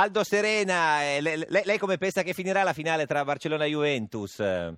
Aldo Serena, eh, le- le- lei, come pensa che finirà la finale tra Barcellona e Juventus? Eh,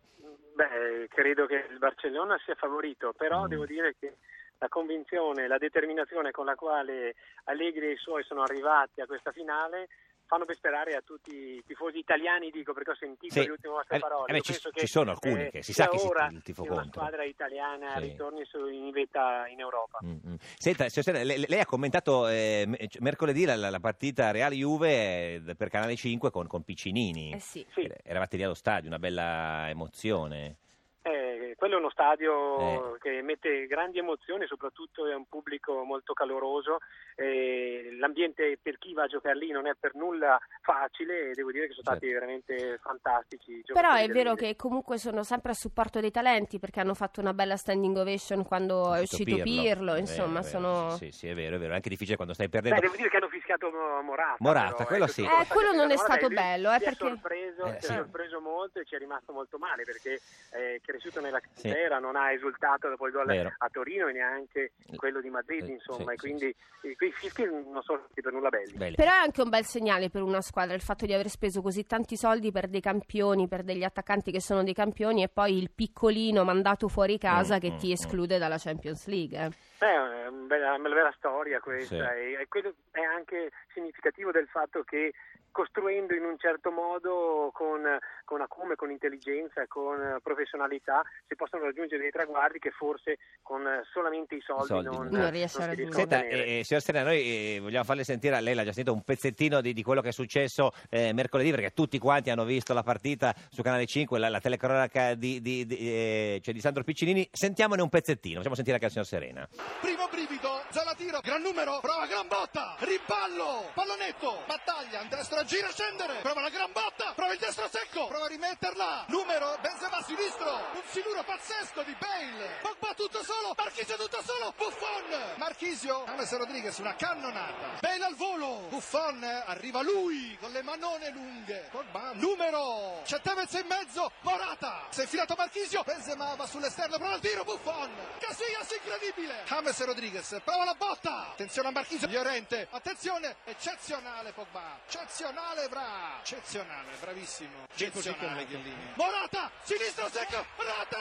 Beh, credo che il Barcellona sia favorito, però Mm. devo dire che la convinzione, la determinazione con la quale Allegri e i suoi sono arrivati a questa finale fanno ben sperare a tutti i tifosi italiani, dico perché ho sentito Sì. le ultime vostre Eh, parole. eh beh, Io ci- penso eh, ci sono alcuni che si sa sia chi si- ora il tifo che una contro. squadra italiana Sì. ritorni su, in vetta in Europa. mm, mm. Senta, signor Serena, le- le- lei, ha commentato eh, me- mercoledì la, la- la partita Real-Juve eh, per Canale 5 con, con Piccinini. Eh sì. Sì. Eh, Eravate lì allo stadio, una bella emozione. Eh, quello è uno Eh. stadio che mette grandi emozioni, soprattutto è un pubblico molto caloroso. eh, l'ambiente per chi va a giocare lì non è per nulla facile e devo dire che sono Certo. stati veramente fantastici. i Però giocatori è vero dell'Udinese. che comunque sono sempre a supporto dei talenti perché hanno fatto una bella standing ovation quando è uscito Pirlo, È vero, insomma, è vero, sono... Sì, sì, è vero, è vero. È anche difficile quando stai Beh, perdendo. devo dire che hanno fischiato Mo- Morata. Morata, però, quello che sì. sono Eh, stati quello non è fischiati. Morata, stato lui bello, eh, si perché- È sorpreso, Eh, si è sì. sorpreso molto e ci è rimasto molto male perché eh, è cresciuto nella Sì. cantera, non ha esultato dopo il gol Vero. a Torino e neanche quello di Madrid, Eh, insomma. sì, e quindi eh, quei fischi non sono stati per nulla belli. Belli. Però è anche un bel segnale per una squadra il fatto di aver speso così tanti soldi per dei campioni, per degli attaccanti che sono dei campioni e poi il piccolino mandato fuori casa Mm, che mm, ti mm. esclude dalla Champions League. eh. Beh, è un bella- una bella storia questa Sì. e, e quello è anche significativo del fatto che costruendo in un certo modo con, con acume, con intelligenza, con eh, professionalità si possono raggiungere dei traguardi che forse con eh, solamente i soldi, soldi non, non- Non riesce a si raggiungere. riescono a Senta, ottenere. eh, eh, signor Serena, noi eh, vogliamo farle sentire, lei l'ha già sentito, un pezzettino di, di quello che è successo eh, mercoledì, perché tutti quanti hanno visto la partita su Canale 5, la, la telecronaca di, di- di, eh, cioè di Sandro Piccinini. Sentiamone un pezzettino, facciamo sentire anche al signor Serena. Primo brivido, Zalatiro, gran numero, prova gran botta, riballo, pallonetto, battaglia, in destra, gira, scendere, prova la gran botta, prova il destro secco, prova a rimetterla, numero, Benzema a sinistro, un siluro pazzesco di Bale, Pogba tutto solo, Marchisio tutto solo, Buffon, Marchisio, James Rodriguez, una cannonata, Bale al volo, Buffon, arriva lui, con le manone lunghe, Pogba, numero, c'è Tevez in mezzo, Morata, si è filato Marchisio, Benzema va sull'esterno, prova il tiro, Buffon, Casillas incredibile, James Rodriguez, prova la botta, attenzione a Marchisio, Llorente, attenzione, eccezionale Pogba, eccezionale Bra, eccezionale, bravissimo, eccezionale Chiellini, Morata, sinistro secco, rete,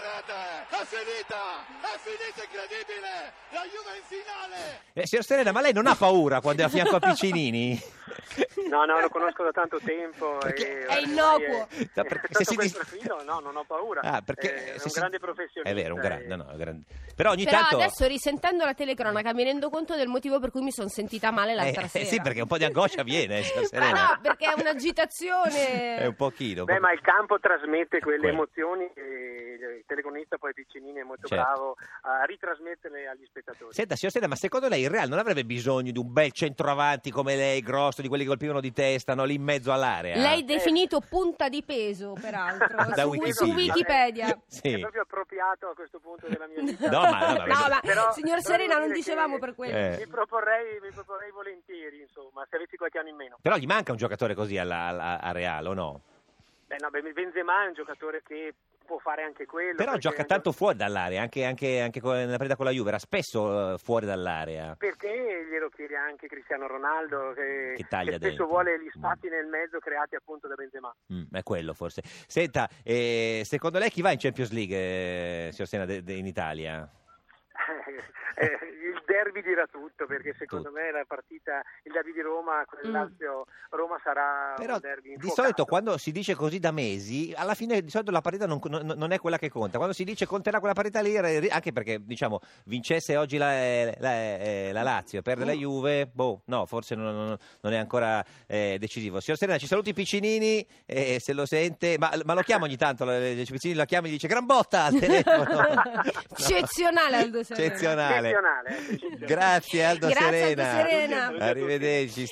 rete, è finita, è finita incredibile, la Juve è in finale, Eh, signor Serena, ma lei non ha paura quando è a fianco a Piccinini? No, no, lo conosco da tanto tempo. eh. Perché- e È ormai innocuo. è- No, perché sotto se si quel dis- profilo, no, non ho paura. Ah, perché Eh, è se un si- grande professionista. eh. È vero, un e- grande, no, no, un grande. Però ogni Però tanto... adesso risentendo la telecronaca mi rendo conto del motivo per cui mi sono sentita male Eh, l'altra eh, sera. sì, perché un po' di angoscia viene, signor Ma Serena. no, perché è un'agitazione. È un pochino. un Beh, pochino. ma il campo trasmette quelle Quello. emozioni e il telecronista poi Piccinini è molto Certo. bravo a ritrasmetterle agli spettatori. Senta, signor Stella, ma secondo lei il Real non avrebbe bisogno di un bel centroavanti come lei, grosso, di quelli che colpivano di testa, no? lì in mezzo all'area? Lei definito punta di peso, peraltro, Da su, Wikipedia. su Wikipedia. È Sì. proprio appropriato a questo punto della mia vita. No, ma- no, ma- No, ma, Però- signor però Serena, devo non dire dicevamo che per quello. Eh. Mi proporrei, mi proporrei volentieri, insomma, se avessi qualche anno in meno. Però gli manca un giocatore così alla, alla- a Real, o no? Beh, no, beh, Benzema è un giocatore che può fare anche quello. Però perché è gioca un tanto fuori dall'area, anche, anche, anche con- nella partita con la Juve, era spesso eh, fuori dall'area. Perché glielo chiede anche Cristiano Ronaldo, che, Che taglia spesso dentro. vuole gli spazi nel mezzo creati appunto da Benzema. Mm, è quello forse. Senta, eh, secondo lei chi va in Champions League, eh, signor Stella, de- de- in Italia? Eh, il derby dirà tutto perché secondo Tutto. me la partita il derby di Roma con il Mm. Lazio Roma sarà Però un derby di infuocato. solito quando si dice così da mesi, alla fine di solito la parità non, non- non è quella che conta. Quando si dice conterà quella parità lì, re- anche perché diciamo vincesse oggi la, eh, la- eh, la Lazio e perde la Mm. Juve, boh, no, forse non, non- non è ancora eh, decisivo. Signor Serena, ci saluti Piccinini, eh, se lo sente, ma, ma lo chiama ogni tanto, eh, Piccinini lo chiama e gli dice gran botta al telefono. No. Eccezionale, Aldo Serena. Eccezionale. eh, Eccezionale, eccezionale. Grazie Aldo Grazie, Aldo Serena. Serena. Arrivederci.